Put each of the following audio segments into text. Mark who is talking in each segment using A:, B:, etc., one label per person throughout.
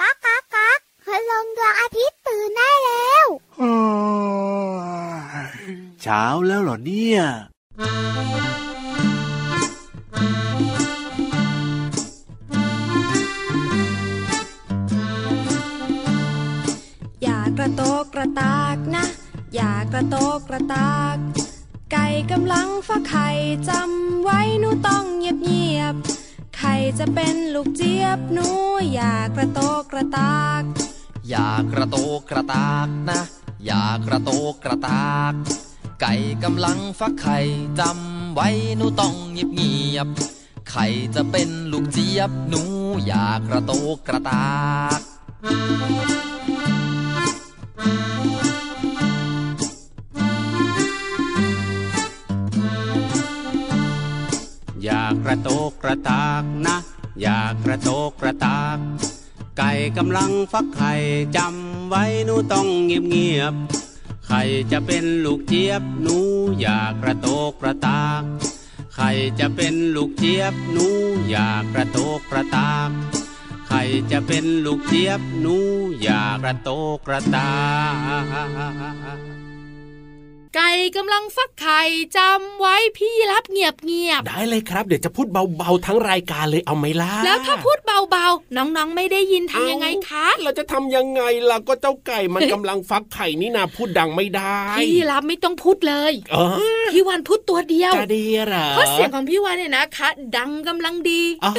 A: กักกักกักพลงดวงอาทิตย์ตื่นได้แล้ว
B: โอ้ยเช้าแล้วเหรอเนี่ย
C: อย่ากระโตกกระตากนะ อย่ากระโตกกระตาก ไก่กำลังฟักไข่จำไว้หนูต้องเงียบเงียบๆไข่จะเป็นลูกเจี๊ยบหนู อย่ากระโตกกระตาก
D: อย่ากระโตกกระตากนะ อย่ากระโตกกระตาก ไก่กำลังฟักไข่จำไว้หนูต้องเงียบเงียบๆไข่จะเป็นลูกเจี๊ยบหนู อย่ากระโตกกระตาก
B: อย่ากระโตกกระตากนะ อย่ากระโตกกระตาก ไก่กำลังฟักไข่จำไว้หนูต้องเงียบเงียบๆไข่จะเป็นลูกเจี๊ยบหนู อย่ากระโตกกระตาก ไข่จะเป็นลูกเจี๊ยบหนู อย่ากระโตกกระตาก ไข่จะเป็นลูกเจี๊ยบหนู อย่ากระโตกกระตาก
E: ไก่กำลังฟักไข่จำไว้พี่รับเงียบเงียบ
F: ได้เลยครับ เดี๋ยวจะพูดเบาๆทั้งรายการเลยเอาไหมล่ะ
E: ๆแล้วถ้าพูดเบาๆ น้องๆไม่ได้ยินทำยังไงคะ
F: เราจะทำยังไงล่ะก็เจ้าไก่มันกำลังฟักไข่นี่นาพูดดังไม่ได้
E: พี่รับไม่ต้องพูดเลย
F: เออ
E: พี่วันพูดตัวเดียว
F: จะดีเหรอ
E: เพราะเสียงของพี่วันเนี่ยนะคะ ดังกำลังดี
F: อ๋อ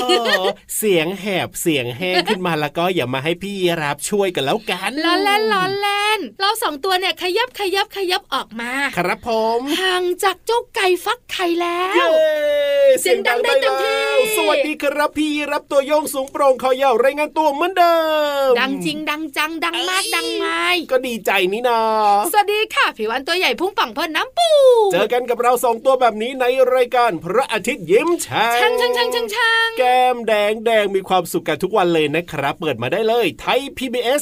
F: เสียงแหบเสียงแห้งขึ้นมาแล้วก็อย่ามาให้พี่รับช่วยกันแล้วกัน
E: ล้อเล่นล้อเล่นเราสองตัวเนี่ยขยับขยับขยับออกมา
F: ครับผม
E: ห่างจากเจ้าไก่ฟักไข่แล้ว
F: เย้
E: เสียงดังได้เต็มที่
F: แล้วสวัสดีครับพี่รับตัวโยงสูงโปร่งคอยาวรายงานตัวเหมือนเดิม
E: ดังจริงดังจังดังมากดังไม่
F: ก็ดีใจนี่นา
E: สวัสดีค่ะผิววันตัวใหญ่พุ่งป่องพ่นน้ำปู
F: เจอกันกับเราสองตัวแบบนี้ในรายการพระอาทิตย์ยิ้มแฉ่
E: ช่างช่างช่างช่างช่าง
F: แก้มแดงแดงมีความสุขกันทุกวันเลยนะครับ เปิดมาได้เลยไทย PBS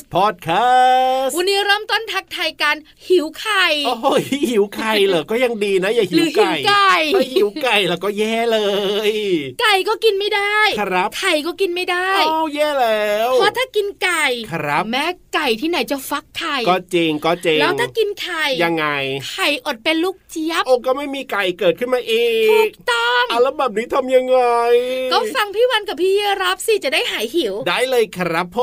F: Podcast
E: วันนี้เริ่มต้นทักทายกันหิวไข่
F: โอ้โหหิวไข่เหรอ ก็ยังดีนะ อย่าหิ
E: หรื
F: ว
E: อหิว
F: ไก่
E: ไก่
F: ถ้าหิวไก่แล้วก็แย่เลย
E: ไก่ก็กินไม่ได้
F: ครับ
E: ไข่ก็กินไม่ได้
F: อ้าวแย่แล้ว
E: เพราะถ้ากินไก่
F: ครับ
E: แม่ไก่ที่ไหนจะฟักไข่
F: ก็จริงก็จริง
E: แล้วถ้ากินไข่
F: ยังไง
E: ไข่อดเป็นลูกเจี๊ยบ
F: โอ้ก็ไม่มีไก่เกิดขึ้นมาอี
E: ถู
F: ก
E: กต้อง
F: อ่ะแล้วแบบนี้ทำยังไง
E: ก็ฟังพี่วันกับพี่รับสิจะได้หายหิว
F: ได้เลยครับผ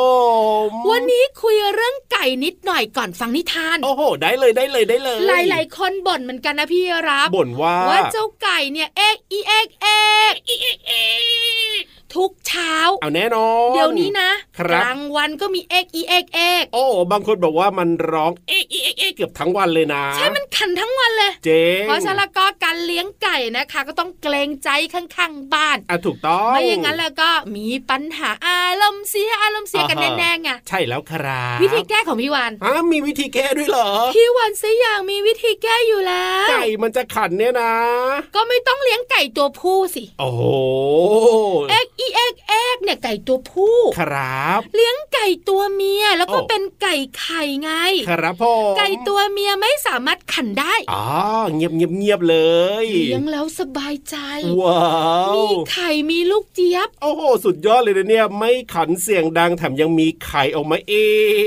F: ม
E: วันนี้คุยเรื่องไก่นิดหน่อยก่อนฟังนิทาน
F: โอ้โห ได้เลยได้เลยได้เลย
E: หลาย ๆ คนบ่นเหมือนกันนะพี่รับ
F: บ่นว่า
E: ว่าเจ้าไก่เนี่ยเอกอีเอกเอกอีเอกเอกทุกเช้า
F: เอาแน่นอน
E: เดี๋ยวนี้นะครับ กลางวันก็มีเอกอีเอกเอก
F: โอ้บางคนบอกว่ามันร้องเอ๊ะเอ๊ะเอ๊ะเอ๊ะเกือบทั้งวันเลยนะ
E: ใช่มันขันทั้งวันเลย
F: เจ๊ง
E: เพราะฉะนั้นแล้วก็การเลี้ยงไก่นะคะ ก็ต้องเกรงใจข้างๆบ้าน
F: อ่ะถูกต้อง
E: ไม่อย่างนั้นแล้วก็มีปัญหาอารมณ์เสียอารมณ์เสียกันแน่ๆไง
F: ใช่แล้วครับ
E: วิธีแก้ของพี่วัน
F: ฮะมีวิธีแก้ด้วยเหรอ
E: พี่วันเสียอย่างมีวิธีแก้อยู่แล้ว
F: ไก่มันจะขันเนี่ยนะ
E: ก็ไม่ต้องเลี้ยงไก่ตัวผู้สิ
F: โอ้โห
E: เอ็กอีเอ็กเอ็กเนี่ยไก่ตัวผู้
F: ครับ
E: เลี้ยงไก่ตัวเมียแล้วก็
F: โอ้
E: เป็นไก่ไข่ไง
F: ครับพ่อ
E: ไก่ตัวเมียไม่สามารถขันได้
F: อ๋อเงียบเงียบเงียบเลย
E: เลี้ยงแล้วสบายใจ
F: ว้าว
E: มีไข่มีลูกเจี๊ยบ
F: โอ้โห สุดยอดเลยนะเนี่ย ไม่ขันเสียงดังแถมยังมีไข่ออกมาเอ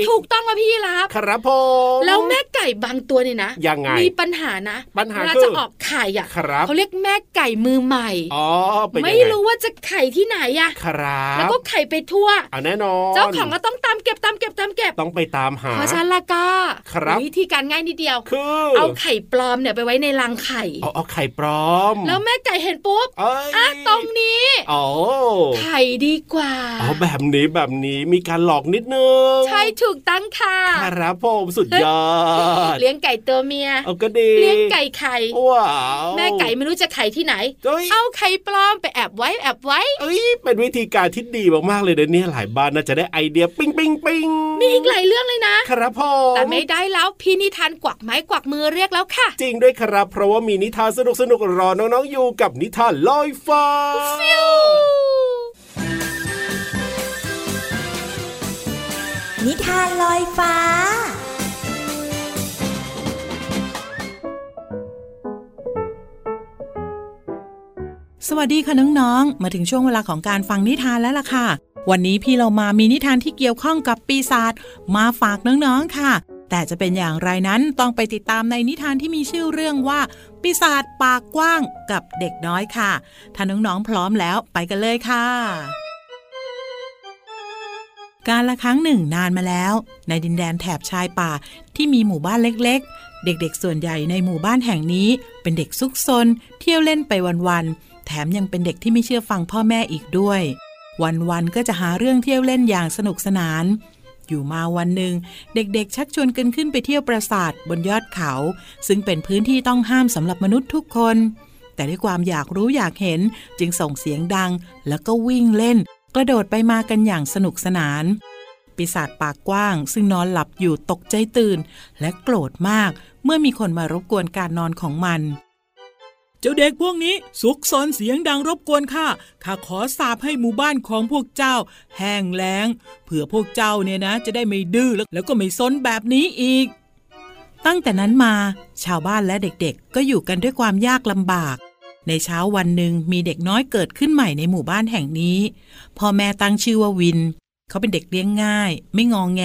F: ง
E: ถูกต้องแล้วพี่รับ
F: ครับผม
E: แล้วแม่ไก่บางตัวเนี่ยนะ
F: ยังไง
E: มีปัญหานะ
F: ปัญหา
E: เวล
F: คือ
E: จะออกไข่อ่ะ
F: ครับ
E: เขาเรียกแม่ไก่มือใหม่
F: อ๋อ เป็นยังไง
E: ไม่รู้ว่าจะไข่ที่ไหนอ่ะ
F: ครับ
E: แล้วก็ไข่ไปทั่ว
F: เอาแน่นอน
E: เจ้าของก็ต้องตามเก็บตามเก็บตามเก็บ
F: ต้องไปตามหา
E: เพราะฉะนั้นและก็
F: ครับ
E: วิธีการง่ายนิดเดียว
F: คือ
E: เอาไข่ปลอมเนี่ยไปไว้ในรังไข่
F: เอาเอาไข่ปลอม
E: แล้วแม่ไก่เห็นปุ๊บ
F: เอ้ย
E: อ่ะตรงนี้
F: อ๋อ
E: ไข่ดีกว่า
F: อ๋อแบบนี้แบบนี้มีการหลอกนิดนึง
E: ใช่ถูกตั้องค่ะ
F: ครับผมสุดยอด
E: เลี้ยงไก่ตัวเมีย
F: เอาก็ดี
E: เลี้ยงไก่ไข่
F: ว้าว
E: แม่ไก่ไม่รู้จะไข่ที่ไหน
F: เอ้ย
E: เอาไข่ปลอมไปแอบไว้แอบไว้
F: เอ้ยเป็นวิธีการที่ดีมากๆเลยนะเนี่ยหลายบ้านน่าจะได้ไอเดียปิ้งปิ้งปิ้ง
E: มีอีกหลายเรื่องเลยนะ
F: ครับผม
E: แต่ไม่ได้แล้วพี่นิทานกวักไม้กวักมือเรียกแล้วค่ะ
F: จริงด้วยครับ เพราะว่ามีนิทานสนุกสนุกๆรอน้องๆอยู่กับนิทานลอยฟ้า
G: นิทานลอยฟ้า
H: สวัสดีค่ะน้องๆ มาถึงช่วงเวลาของการฟังนิทานแล้วล่ะค่ะ วันนี้พี่เรามามีนิทานที่เกี่ยวข้องกับปีศาจมาฝากน้องๆค่ะ แต่จะเป็นอย่างไรนั้นต้องไปติดตามในนิทานที่มีชื่อเรื่องว่า ปีศาจปากกว้างกับเด็กน้อยค่ะ ถ้าน้องๆพร้อมแล้วไปกันเลยค่ะ การละครั้งหนึ่งนานมาแล้ว ในดินแดนแถบชายป่าที่มีหมู่บ้านเล็กๆ เด็กๆ ส่วนใหญ่ในหมู่บ้านแห่งนี้ เป็นเด็กซุกซนเที่ยวเล่นไปวันๆแถมยังเป็นเด็กที่ไม่เชื่อฟังพ่อแม่อีกด้วย วันๆก็จะหาเรื่องเที่ยวเล่นอย่างสนุกสนาน อยู่มาวันหนึ่ง เด็กๆ ชักชวนกันขึ้นไปเที่ยวปราสาทบนยอดเขา ซึ่งเป็นพื้นที่ต้องห้ามสำหรับมนุษย์ทุกคน แต่ด้วยความอยากรู้อยากเห็นจึงส่งเสียงดัง แล้วก็วิ่งเล่น กระโดดไปมากันอย่างสนุกสนาน ปีศาจปากกว้างซึ่งนอนหลับอยู่ตกใจตื่น และโกรธมาก เมื่อมีคนมารบกวนการนอนของมัน เจ้าเด็กพวกนี้สุกซนเสียงดังรบกวนข้าข้าขอสาบให้หมู่บ้านของพวกเจ้า แห้งแล้งเผื่อพวกเจ้าเนี่ยนะ จะได้ไม่ดื้อแล้วแล้วก็ไม่ซนแบบนี้อีก ตั้งแต่นั้นมา ชาวบ้านและเด็กๆ ก็อยู่กันด้วยความยากลำบาก ในเช้าวันหนึ่งมีเด็กน้อยเกิดขึ้นใหม่ในหมู่บ้านแห่งนี้ พ่อแม่ตั้งชื่อว่าวิน เขาเป็นเด็กเลี้ยงง่าย ไม่งองแง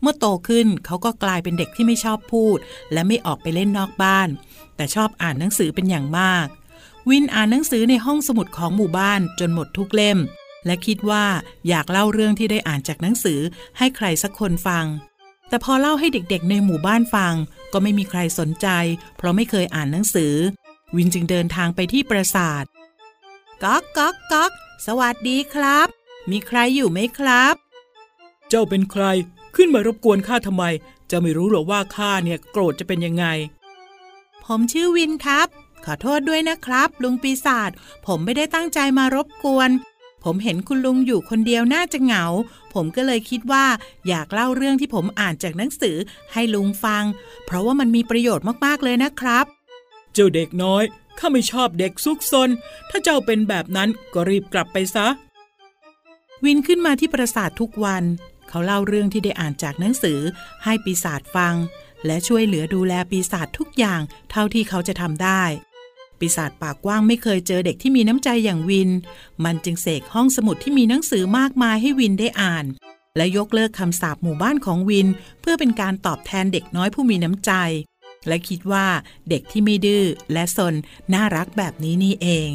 H: เมื่อโตขึ้นเขาก็กลายเป็นเด็กที่ไม่ชอบพูด และไม่ออกไปเล่นนอกบ้าน แต่ชอบอ่านหนังสือเป็นอย่างมาก วินอ่านหนังสือในห้องสมุดของหมู่บ้านจนหมดทุกเล่ม และคิดว่าอยากเล่าเรื่องที่ได้อ่านจากหนังสือให้ใครสักคนฟัง แต่พอเล่าให้เด็กๆ ในหมู่บ้านฟัง ก็ไม่มีใครสนใจ เพราะไม่เคยอ่านหนังสือ วินจึงเดินทางไปที่ปราสาท ก๊อกก๊อกก๊อกสวัสดีครับ มีใครอยู่ไหมครับ เจ้าเป็นใคร ขึ้นมารบกวนข้าทำไม เจ้าไม่รู้หรอว่าข้าเนี่ยโกรธจะเป็นยังไง ผมชื่อวินครับ ขอโทษด้วยนะครับ ลุงปีศาจ ผมไม่ได้ตั้งใจมารบกวน ผมเห็นคุณลุงอยู่คนเดียวน่าจะเหงา ผมก็เลยคิดว่าอยากเล่าเรื่องที่ผมอ่านจากหนังสือให้ลุงฟัง เพราะว่ามันมีประโยชน์มากๆเลยนะครับ เจ้าเด็กน้อย ข้าไม่ชอบเด็กซุกซน ถ้าเจ้าเป็นแบบนั้นก็รีบกลับไปซะ วินขึ้นมาที่ปราสาททุกวัน เขาเล่าเรื่องที่ได้อ่านจากหนังสือ ให้ปีศาจฟัง และช่วยเหลือดูแลปีศาจทุกอย่าง เท่าที่เขาจะทำได้ ปีศาจปากกว้างไม่เคยเจอเด็กที่มีน้ำใจอย่างวิน มันจึงเสกห้องสมุดที่มีหนังสือมากมายให้วินได้อ่าน และยกเลิกคำสาปหมู่บ้านของวิน เพื่อเป็นการตอบแทนเด็กน้อยผู้มีน้ำใจ และคิดว่าเด็กที่ไม่ดื้อและซนน่ารักแบบนี้นี่เอง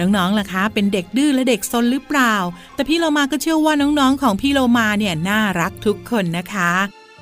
H: น้องๆ ล่ะคะ เป็นเด็กดื้อและเด็กซนหรือเปล่า แต่พี่โลมาก็เชื่อว่าน้องๆ ของพี่โลมาเนี่ยน่ารักทุกคนนะคะ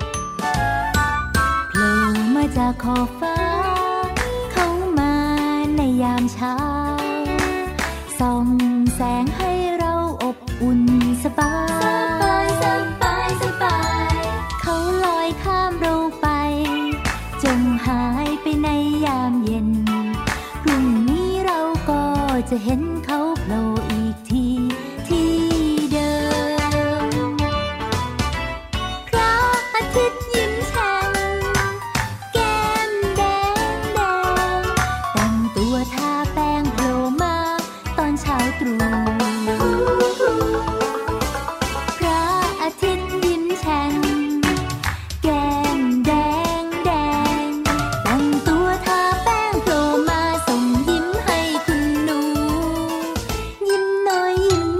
I: โผล่มาจากขอบฟ้า เข้ามาในยามเช้า ส่องแสงให้เราอบอุ่นสบาย สบายสบาย เขาลอยข้ามเราไป จงหายไปในยามเย็น พรุ่งนี้เราก็จะเห็นเขาโผล่อีกทีที่เดิม พระอาทิตย์ยิ้มแฉ่งแก้มแดงแดงแต่งตัวทาแป้งโผล่มาตอนเช้าตรู่พระอาทิตย์ยิ้มแฉ่งแก้มแดงแดงแต่งตัวทาแป้งโผล่มาส่งยิ้มให้คุณหนู ยิ้ม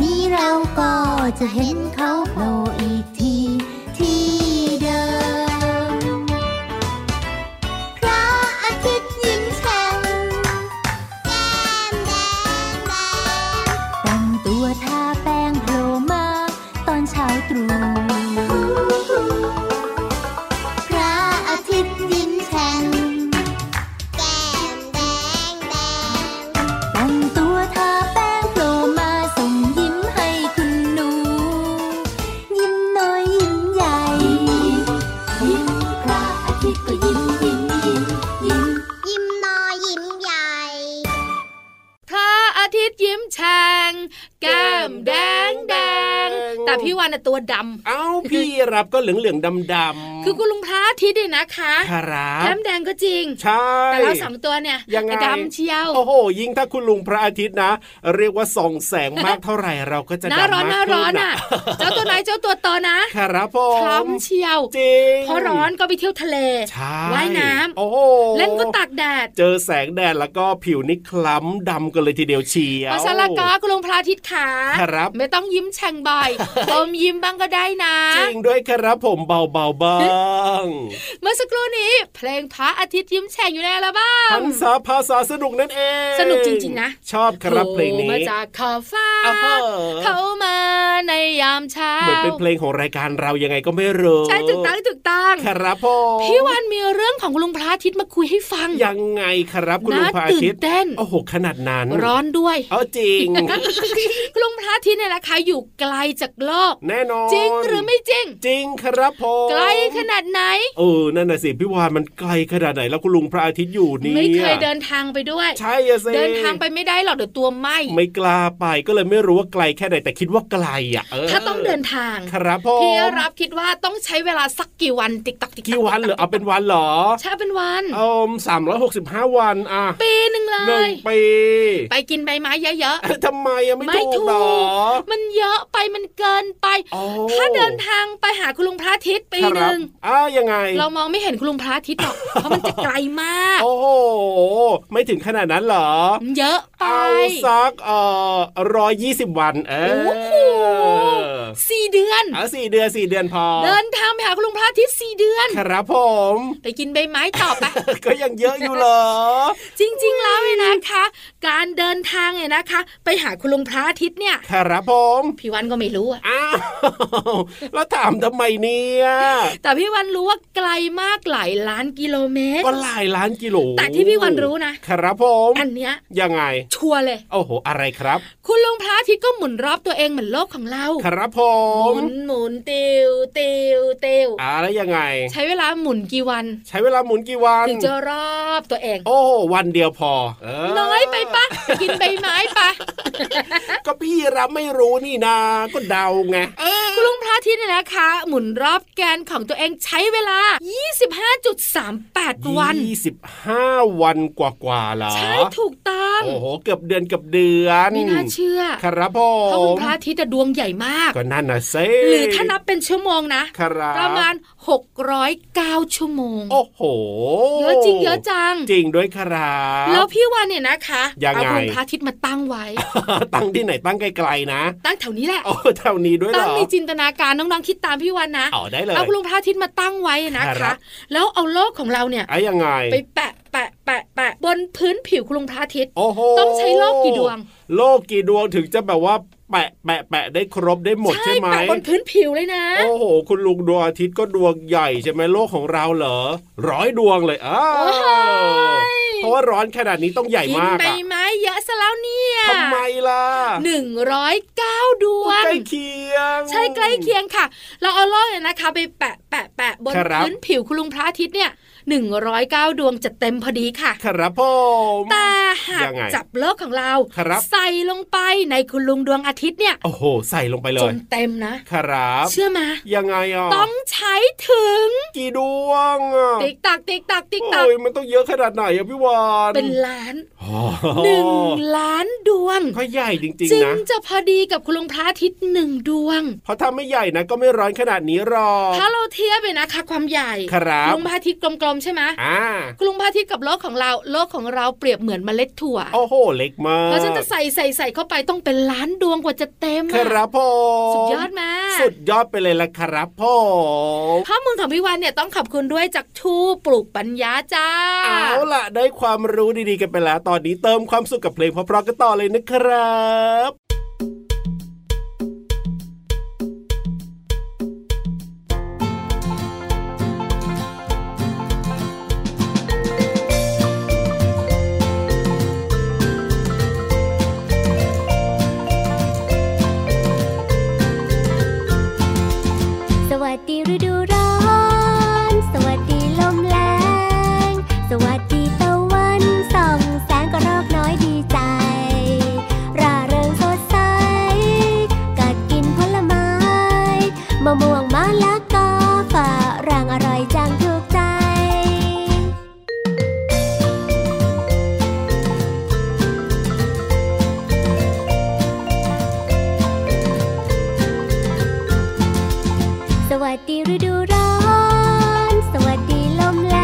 I: นี้เราก็จะเห็นเขาโผล่อีกทีที่เดิม พระอาทิตย์ยิ้มแฉ่งแก้มแดงแดงแต่งตัวทาแป้งโผล่มาตอนเช้าตรู่ พระอาทิตย์ยิ้มแฉ่งแก้มแดงแดง แต่งตัวทาแป้งโผล่มาส่งยิ้มให้คุณหนู ยิ้มน้อยยิ้มใหญ่ ยิ้มพระอาทิตย์ก็ยิ้มยิ้มยิ้มยิ้ม ยิ้มน้อยยิ้มใหญ่
E: พระอาทิตย์ยิ้มแฉ่งแก้มแดงแดงแต่พี่วานน่ะตัวดำ
F: เอ้าพี่รับก็เหลืองเหลืองดำดำ
E: คือคุณลุงพระอาทิตย์เนี่ยนะคะ
F: ครั
E: แก้
F: บ
E: มแดงก็จริง
F: ใช่
E: แต่เราสองตัวเนี่ย
F: ยังไง
E: ดำเชียว
F: โอ้โห ยิ่งถ้าคุณลุงพระอาทิตย์นะ เรียกว่าส่องแสงมากเท่าไหร่เราก็จะ
E: หน้า
F: ดำ
E: ร้อนห
F: ม
E: น้าก ร้อน
F: ขึ้
E: อ่ะ เจ้าตัวไหนเจ้าตัวต่อนะครับ
F: ผม
E: คล้ำเชียว
F: จริง
E: พอร้อนก็ไปเที่ยวทะเล
F: ใช่
E: ว่ายน้ำ
F: โอ้โห
E: เล่นก็ตากแดด
F: เจอแสงแดดแล้วก็ผิวนี่คล้ำดำกันเลยทีเดียวเชียว
E: ภาษาละกอคุณลุงพระอาทิตย์ขา
F: ครับ
E: ไม่ต้องยิ้มแฉ่งบ่ อยอมยิ้มบ้างก็ได้นะ
F: จริงด้วยครับผมเบาๆบ้าง
E: เมื่อสักครู่นี้ เพลงพระอาทิตย์ยิ้มแฉ่งอยู่ในอัลบั้
F: ทั
E: ม
F: นษาภาษาสนุกนั่นเอง
E: สนุกจริงๆนะ
F: ชอบครับเพลง
E: โผ
F: นี้
E: มาจากขอบฟ้า
F: อ่าฮะ
E: เข้ามาในยามเช้า
F: เหมือนเป็นเพลงของรายการเรายังไงก็ไม่รู้
E: ใช่ถูกต้องถูกต้อง
F: ครับผม
E: พี่วันมีเรื่องของคุณลุงพระอาทิตย์มาคุยให้ฟัง
F: ยังไงครับคุณลุง
E: น่า
F: พระอาทิตย์
E: ตื่นเต้น
F: โอ้โหขนาดนั้น
E: ร้อนด้วย
F: เอา จริ ง
E: คุณลุงพระอาทิตย์เนี่ยนะคะอยู่ไกลจากโลก
F: แน่นอน
E: จริงหรือไม่จริง
F: จริงครับผม
E: ไกลขนาดไหน
F: เออนั่นน่ะสิพี่วานมันไกลขนาดไหนแล้วคุณลุงพระอาทิตย์อยู่นี่
E: ไม่เคยเดินทางไปด้วย
F: ใช่อะสิ
E: เดินทางไปไม่ได้หรอกเดี๋ยวตัวไหม
F: ไม่กล้าไปก็เลยไม่รู้ว่าไกลแค่ไหนแต่คิดว่าไกลอ่ะเออ
E: ถ้าต้องเดินทาง
F: ครับผม
E: พี่รับคิดว่าต้องใช้เวลาสักกี่วันติ๊กตักติ๊กตัก
F: กี่วันเหรอเอาเป็นวันเหรอ
E: ใช่เป็นวัน
F: เอมสามร้อยหกสิบห้าวันอ่ะ
E: ปีหนึ่งเล
F: หนึ่ง
E: ย
F: ปี
E: ไปกินใบไม้เยอะ
F: ทำไมอะ
E: ไม่
F: ไม่ถู
E: ถู
F: ก
E: ก
F: เหรอ
E: ๆ มันเยอะไปมันเกินไป
F: โอ้
E: ถ้าเดินทางไปหาคุณลุงพระอาทิตย์ปีหนึ่ง
F: ครับอ่ายังไง
E: เรามองไม่เห็นคุณลุงพระอาทิตย์ห รอก เพราะมันจะไกลมาก
F: โอ้โห ไม่ถึงขนาดนั้นเหรอ
E: มันเยอะไป
F: เอาสักเอ่อร้อยยี่สิบวัน เออ
E: โอ้โห สี่เดือน
F: เอาสี่เดือนสี่เดือนพอ
E: เดินทางไปหาคุณลุงพระอาทิตย์สี่เดือน
F: ครับผม
E: ไปกินใบไม้ต่ อไป
F: ก็ยังเยอะอยู่เหร อ
E: จริง ๆ แล้วเนี่ยนะคะ การเดินทางเนี่ยนะคะ ไปหาคุณลุงพระอาทิตย์เนี่ย
F: ครับผม
E: พี่วันก็ไม่รู้อะ
F: อ้าวแล้ว ถามทำไมเนี่ย
E: แต่พี่วันรู้ว่าไกลมากหลายล้านกิโลเมตร
F: ก็หลายล้านกิโล
E: แต่ที่พี่วันรู้นะ
F: ครับผม
E: อันเนี้ย
F: ยังไง
E: ชัวร์เลย
F: โอ้โห อะไรครับ
E: คุณลุงพระอาทิตย์ก็หมุนรอบตัวเองเหมือนโลกของเรา
F: ครับผ
E: ห
F: ม
E: มุนหมุนติวติวติว
F: อ่าแล้วยังไง
E: ใช้เวลาหมุนกี่วัน
F: ใช้เวลาหมุนกี่วัน
E: ถึงจะรอบตัวเอง
F: โอ้โหวันเดียวพอเ
E: น้อยไปปะไปกินใบไม้ปะ
F: ก็พี่รับไม่รู้นี่นาก็เดาไง
E: คุณลุงพระอาทิตย์เนี่ยนะคะ หมุนรอบแกนของตัวเองใช้เวลา 25.38 วัน
F: ยี่สิบห้าวันกว่ากว่าๆเหรอ
E: ใช่ถูกต้อง
F: โอ้โห เกือบเดือนเกือบเดือน
E: ไม่น่าเชื่อเพ
F: ค
E: ราะ
F: รับผ
E: คุ
F: ม
E: ณพระอาทิตย์อะดวงใหญ่มาก
F: ก็นั่นนะเซ่
E: หรือถ้านับเป็นชั่วโมงนะ
F: ครับ
E: ประมาณ 609 ชั่วโมง
F: โอ้โห
E: เยอะจริงเยอะจัง
F: จริงด้วยครับ
E: แล้วพี่วันเนี่ยนะคะ
F: ยังไง
E: เอาดวงพระอาทิตย์มาตั้งไว้
F: ตั้งที่ไหนตั้งไกลๆนะ
E: ตั้งแถวนี้แหละ
F: โอ้แถวนี้ด้วยเหร
E: ตั้ง
F: อ
E: ในจินตนาการน้องๆคิดตามพี่วันนะ
F: เอาได้เลย
E: เอาดวงพระอาทิตย์มาตั้งไว้นะ
F: ครั
E: คะ
F: บ
E: แล้วเอาโลกของเราเนี่ย
F: ไอ้ยังไง
E: ไปแปะแปะแปะแปะบนพื้นผิวคุณลุงพระอาทิตย์
F: โอ้โห
E: ต้องใช้โลกกี่ดวง
F: โลกกี่ดวงถึงจะแบบว่าแปะแปะแปะได้ครบได้หมดใช่ไหม
E: แปะบนพื้นผิวเลยนะ
F: โอ้โห คุณลุงดวงอาทิตย์ก็ดวงใหญ่ใช่ไหมโลกของเราเหรอ ร้อยดวงเลยอ้าว
E: โอ้ย
F: เพราะว่าร้อนขนาดนี้ต้องใหญ่
E: กิน
F: มาก
E: ใบ
F: อะ
E: ไม้เยอะซะแล้วเนี่ย
F: ทำไมล่ะ
E: หนึ่งร้อยเก้าดวง
F: ใกล้เคียง
E: ใช่ใกล้เคียงค่ะ เราเอาโลกเนี่ยนะคะ ไปแปะแปะแปะบน
F: ครับ
E: พื้นผิวคุณลุงพระอาทิตย์เนี่ยหนึ่งร้อยเก้าดวงจะเต็มพอดีค่ะ
F: ครับผม
E: แต่หาก
F: ยังไง
E: จับโลกของเรา
F: ครับ
E: ใส่ลงไปในคุณลุงดวงอาทิตย์เนี่ย
F: โอ้โห ใส่ลงไปเล
E: จ
F: ย
E: นเต็มนะ
F: ครับ
E: เชื่อมา
F: ยังไงอ่ะ
E: ต้องใช้ถึง
F: กี่ดวงอ่ะ
E: ติ๊กตักติ๊กตักติ๊กตัก
F: โอ้ยมันต้องเยอะขนาดไหนอ่ะพี่วาน
E: เป็นล้าน
F: โอ้
E: หนึ่งล้านดวง
F: ก็ใหญ่จริง
E: จึง
F: ๆนะ
E: จะพอดีกับคุณลุงพระอาทิตย์หนึ่งดวง
F: เพราะถ้าไม่ใหญ่นะก็ไม่ร้อนขนาดนี้หรอก
E: ถ้าเราเท เทียบเลยนะคะความใหญ่
F: ครับ
E: กรุงพระอาทิตย์กลมๆใช่ไหม
F: อ่าก
E: รุงพระอาทิตย์กับโลกของเราโลกของเราเปรียบเหมือนเมล็ดถั่ว
F: โอ้โหเล็กมาก
E: แล้วฉันจะใส่ใส่ใส่เข้าไปต้องเป็นล้านดวงกว่าจะเต็ม
F: ค
E: อะ
F: รับผม
E: สุดยอดมาก
F: สุดยอดไปเลยละครับผม
E: ข้อมูลของพี่วันเนี่ยต้องขอบคุณด้วยจากทูปลูกปัญญาจ้า
F: เอาล่ะได้ความรู้ดีๆกันไปแล้วตอนนี้เติมความสุขกับเพลงเพราะๆกันต่อเลยนะครับ
I: สวัสดีฤดูร้อน สวัสดีลมแรงสวัสดีตะวันส่องแสงกระรอกน้อยดีใจ ร่าเริงสดใส กัดกินผลไม้ มะม่วงมะละกอฝรั่งอร่อยจังถูกใจ สวัสดีฤดูร้อน สวัสดีลมแร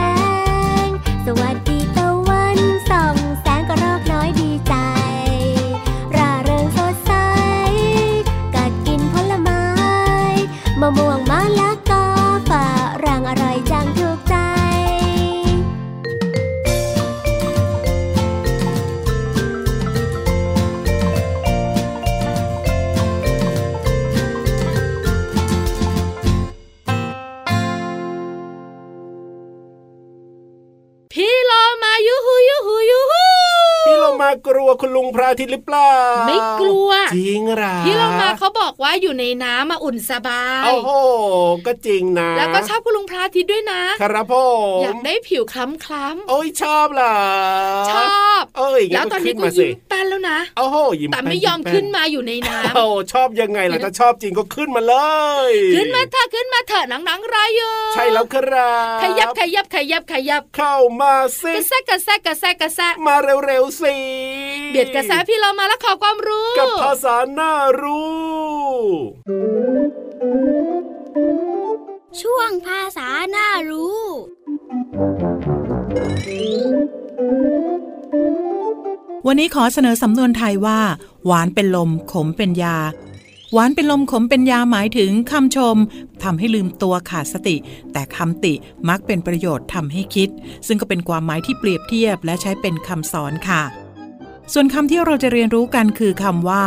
I: งสวัสดีตะวันส่องแสงกระรอกน้อยดีใจ ร่าเริงสดใส กัดกินผลไม้ มะม่วงมะละกอฝรั่งอร่อยจังถูกใจ
E: พี่โลมายูฮูยูฮูยูฮู
F: พี่เรามากลัวคุณลุงพระอาทิตย์หรือเปล่า
E: ไม่กลัว
F: จริงเหรอ
E: พี่โลมาเขาบอกว่าอยู่ในน้ำมาอุ่นสบาย
F: โอ้โหก็จริงนะ
E: แล้วก็ชอบคุณลุงพระอาทิตย์ด้วยนะ
F: ครับผ
E: อยาม กได้ผิวคล้ำคล้ำ
F: โอ้ยชอบล่ะ
E: ชอบ
F: เอ้ยงั้
E: แล้วตอนนี้
F: ขึ้
E: ก็
F: มาสิ
E: ยิ้มแป้นแล้วนะ
F: โอ้โหยิ้ม
E: แต่
F: แป้น
E: ไม่ยอม
F: แป้
E: ขึ้นมาอยู่ในน้
F: โอ้ชอบยังไงล่ะถ้าชอบจริงก็ขึ้นมาเลย
E: ำขึ้นมาเถอะขึ้นมาเถอะหนังๆรออยู่
F: ใช่แล้วครับ
E: ขยับขยับขยับขยับ
F: เข้ามาสิ
E: กระแซกกระแซกกระแซกกระแซก
F: มาเร็วๆสิ
E: เบียดกระแซะพี่โลมาแล้วขอความรู้
F: กับภาษาหน้ารู้
A: ช่วงภาษาหน้ารู้
H: วันนี้ขอเสนอสำนวนไทยว่า หวานเป็นลมขมเป็นยา หวานเป็นลมขมเป็นยาหมายถึงคำชมทำให้ลืมตัวขาดสติ แต่คำติมักเป็นประโยชน์ทำให้คิด ซึ่งก็เป็นความหมายที่เปรียบเทียบและใช้เป็นคำสอนค่ะ ส่วนคำที่เราจะเรียนรู้กันคือคำว่า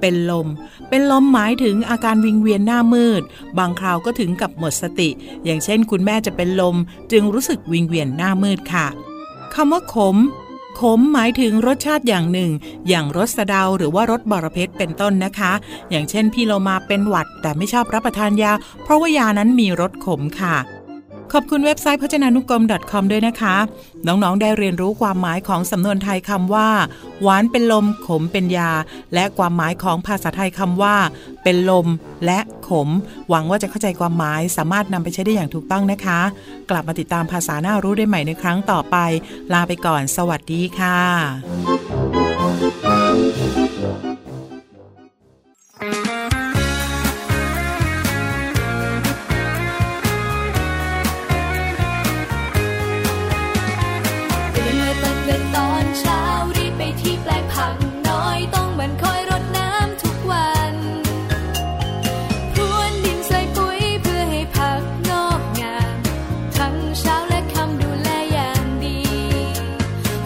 H: เป็นลม เป็นลมหมายถึงอาการวิงเวียนหน้ามืด บางคราวก็ถึงกับหมดสติ อย่างเช่น คุณแม่จะเป็นลม จึงรู้สึกวิงเวียนหน้ามืดค่ะ คำว่าขม ขมหมายถึงรสชาติอย่างหนึ่ง อย่างรสสะเดาหรือว่ารสบอระเพ็ดเป็นต้นนะคะ อย่างเช่นพี่เรามาเป็นหวัด แต่ไม่ชอบรับประทานยา เพราะว่ายานั้นมีรสขมค่ะ ขอบคุณเว็บไซต์พจนานุกรม .com ด้วยนะคะ น้องๆ ได้เรียนรู้ความหมายของสำนวนไทยคำว่า หวานเป็นลม ขมเป็นยา และความหมายของภาษาไทยคำว่า เป็นลม และขม หวังว่าจะเข้าใจความหมายสามารถนำไปใช้ได้อย่างถูกต้องนะคะ กลับมาติดตามภาษาหน้ารู้ได้ใหม่ในครั้งต่อไป ลาไปก่อน สวัสดีค่ะ
C: ตื่นมาตอนกลางตอนเช้ารีบไปที่แปลงผักน้อยต้องหมันคอยรดน้ำทุกวันพรวนดินใส่ปุ๋ยเพื่อให้ผักงอกงาม ทั้งเช้าและค่ำดูแลอย่างดี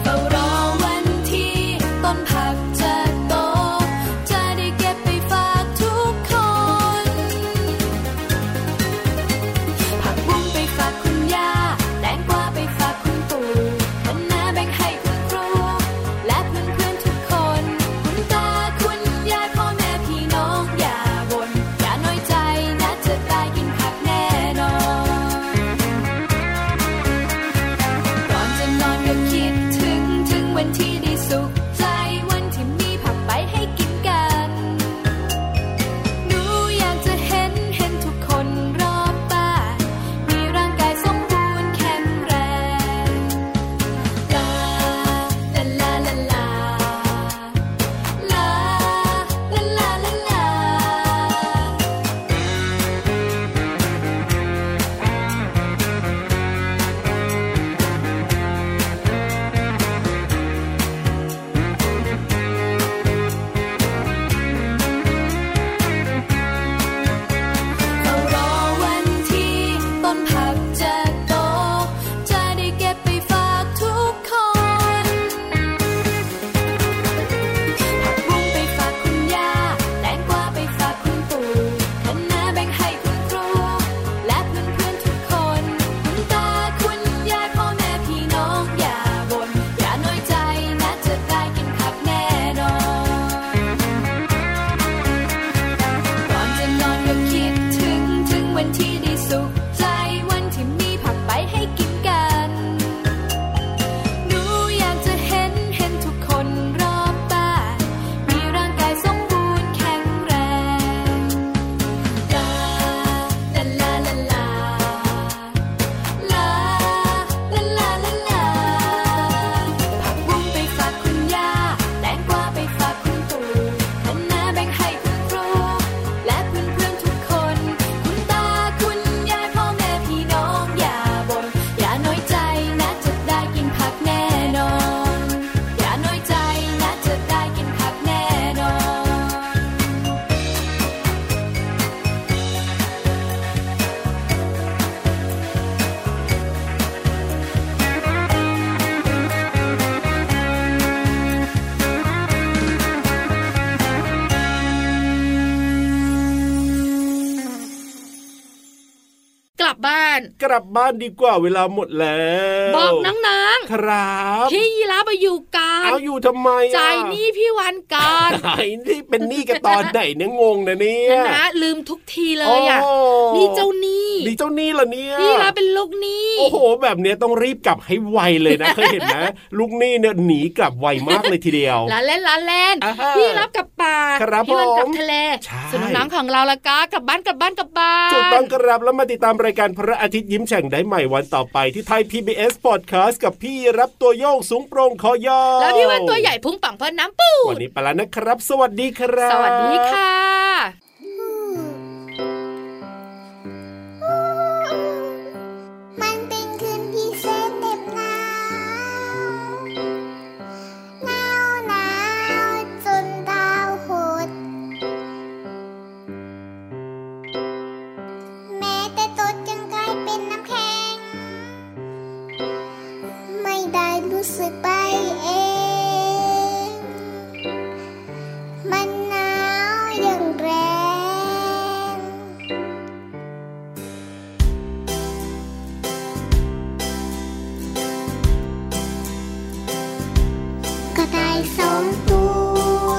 C: เฝ้ารอวันที่ต้นผักจะโต
E: าน
F: กลับบ้านดีกว่าเวลาหมดแล้ว
E: บอกน้อง
F: ครับ
E: ๆพี่ยีราฟไปอยู่การ
F: เอาอยู่ทำไมอะ
E: ใจายหนี่พี่วันการ
F: ไอ้นี่เป็นหนี้กันตอนไหนเนี่ยงงนะเนี่ย
E: นะลืมทุกทีเลยอ่ะ
F: โ
E: นี่เจ้าหนี่
F: นี่เจ้าหนี้เหรอเนี่ย
E: พี่ยีราฟเป็นลูกหนี่
F: โอ้โห แบบเนี้ยต้องรีบกลับให้ไวเลย นะ เคยเห็นนะลูกหนี้เนี่ยหนีกลับไวมากเลยทีเดียว
E: ลาเล่นลาเล่น
F: อ่าฮะ
E: พี่รับกับป่า
F: ครับ
E: พี่วัน
F: ผม
E: กับทะเล
F: ใช่
E: ส่วนน้องๆของเราละก็กลับบ้านกลับบ้านกลับบ้าน
F: ถูกต้องครับแล้วมาติดตามรายการพระอาทิตย์ยิ้มแฉ่งได้ใหม่วันต่อไปที่ไทย PBS Podcast กับพี่รับตัวโยงสูงโปรงคอยอ
E: แล้วพี่วันตัวใหญ่พุงปังเพิ่นน้ำปู
F: วัน
E: ด
F: นี้ไปแล้วนะครับ สวัสดีครับ
E: สวัสดีค่ะ
A: มันเป็นคืนพิเศษเหน็บหนาวหนาวหนาวจนดาวหด แม้แต่ตดยังกลายเป็นน้ำแข็ง ไม่ได้รู้สึกไปเอง มันหนาวอย่างแรง กระต่ายสองตัว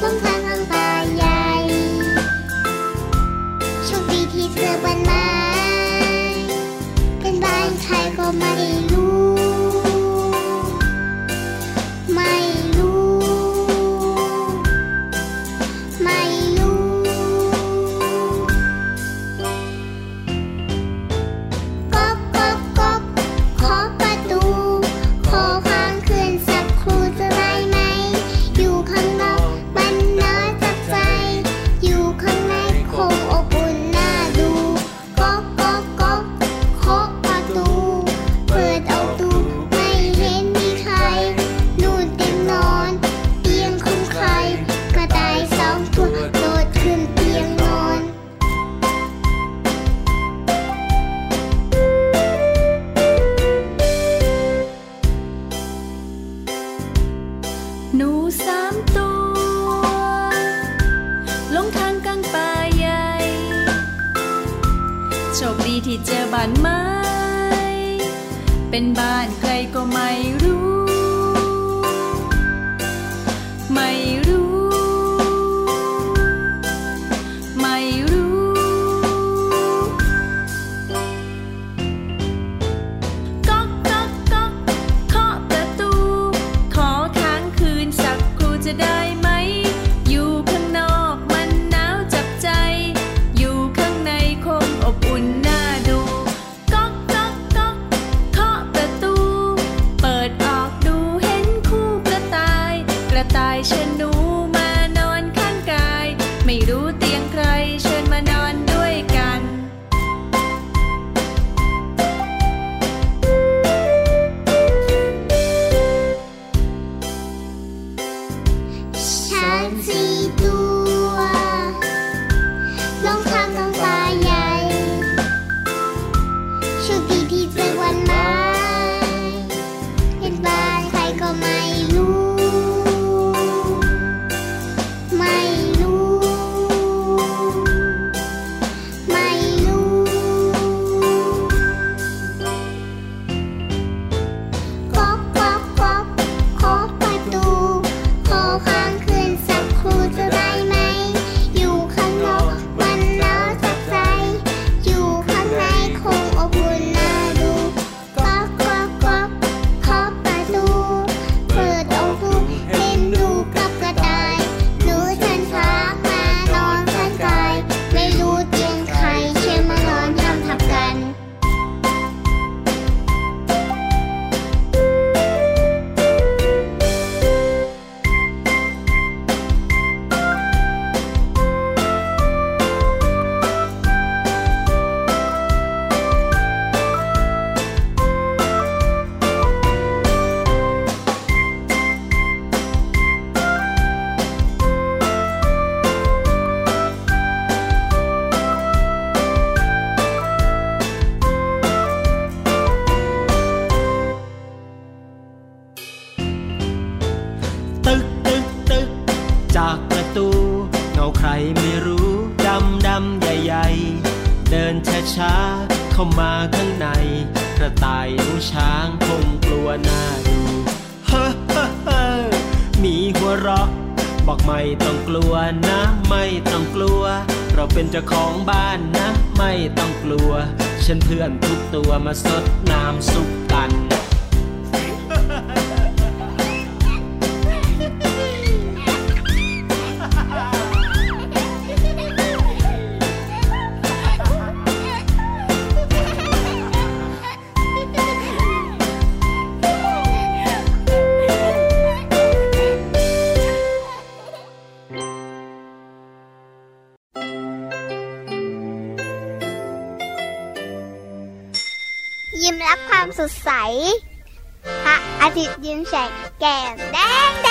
A: ลงทางลงตาใหญ่โชคดีที่เธอเป็นไม้เป็นบ้านใครก็ไม่รู้ ไม่รู้ ไม่รู้ ก๊อกก๊อกก๊อกขอประตู ขอความคืนสักครู่จะได้ไหม อยู่ข้างนอกมันน่าจับใจ อยู่ข้างในคงอบอุ่นน่าดูก๊อกก๊อกก๊อกขอประตู เปิดเอาดูไม่เห็นมีใคร นู่นเตียงนอนเตียงของใคร กระต่ายสองตัวโดดขึ้นเตียงนอน
I: หนูสามตัวหลงทางกลางป่าใหญ่โชคดีที่เจอบ้านไม้ เป็นบ้านใครก็ไม่รู้ ไม่รู้ ไม่รู้ ก๊อกก๊อกก๊อกเคาะประตู ขอค้างคืนสักครู่จะได้ไหม อยู่ข้างนอกมันหนาวจับใจ อยู่ข้างในคงอบอุ่นน่าดู ก๊อกก๊อกก๊อกเคาะประตู เปิดออกดูเห็นคู่กระต่าย กระต่ายเชิญหนูมานอนข้างกาย ไม่รู้เตียงใครเชิญมานอนด้วยกัน
A: ช้างสี่ตัวลงทางกลางป่าใหญ่โชคดีที่เจอวันไม้เป็นบ้านใครก็ไม่รู้ ไม่รู้ ไม่รู้ ก๊อกก๊อกก๊อกขอประตู ขอค้างคืนสักครู่จะได้ไหม อยู่ข้างนอกมันหนาวจับใจ อยู่ข้างในคงอบอุ่นน่าดูก๊อกก๊อกก๊อกขอประตู เปิดเอาดูเล่นดูกับกระต่ายหนูเชิญฟ้ามานอนข้างกาย ไม่รู้เตียงใครเชื่อมานอนทำทับกัน
J: ตึกตึกตึกจากประตู เงาใครไม่รู้ ดำดำใหญ่ใหญ่ เดินช้าๆเข้ามาข้างใน กระต่ายหนูช้างคงกลัวหน้าดูเฮ้อเฮ้อเฮ้อมีหัวเราะ บอกไม่ต้องกลัวนะ ไม่ต้องกลัว เราเป็นเจ้าของบ้านนะ ไม่ต้องกลัว ฉันเพื่อนทุกตัวมาสดน้ำสุปกัน
A: ยิ้มรับความสดใส พระอาทิตย์ยิ้มแฉกแก้มแดงแด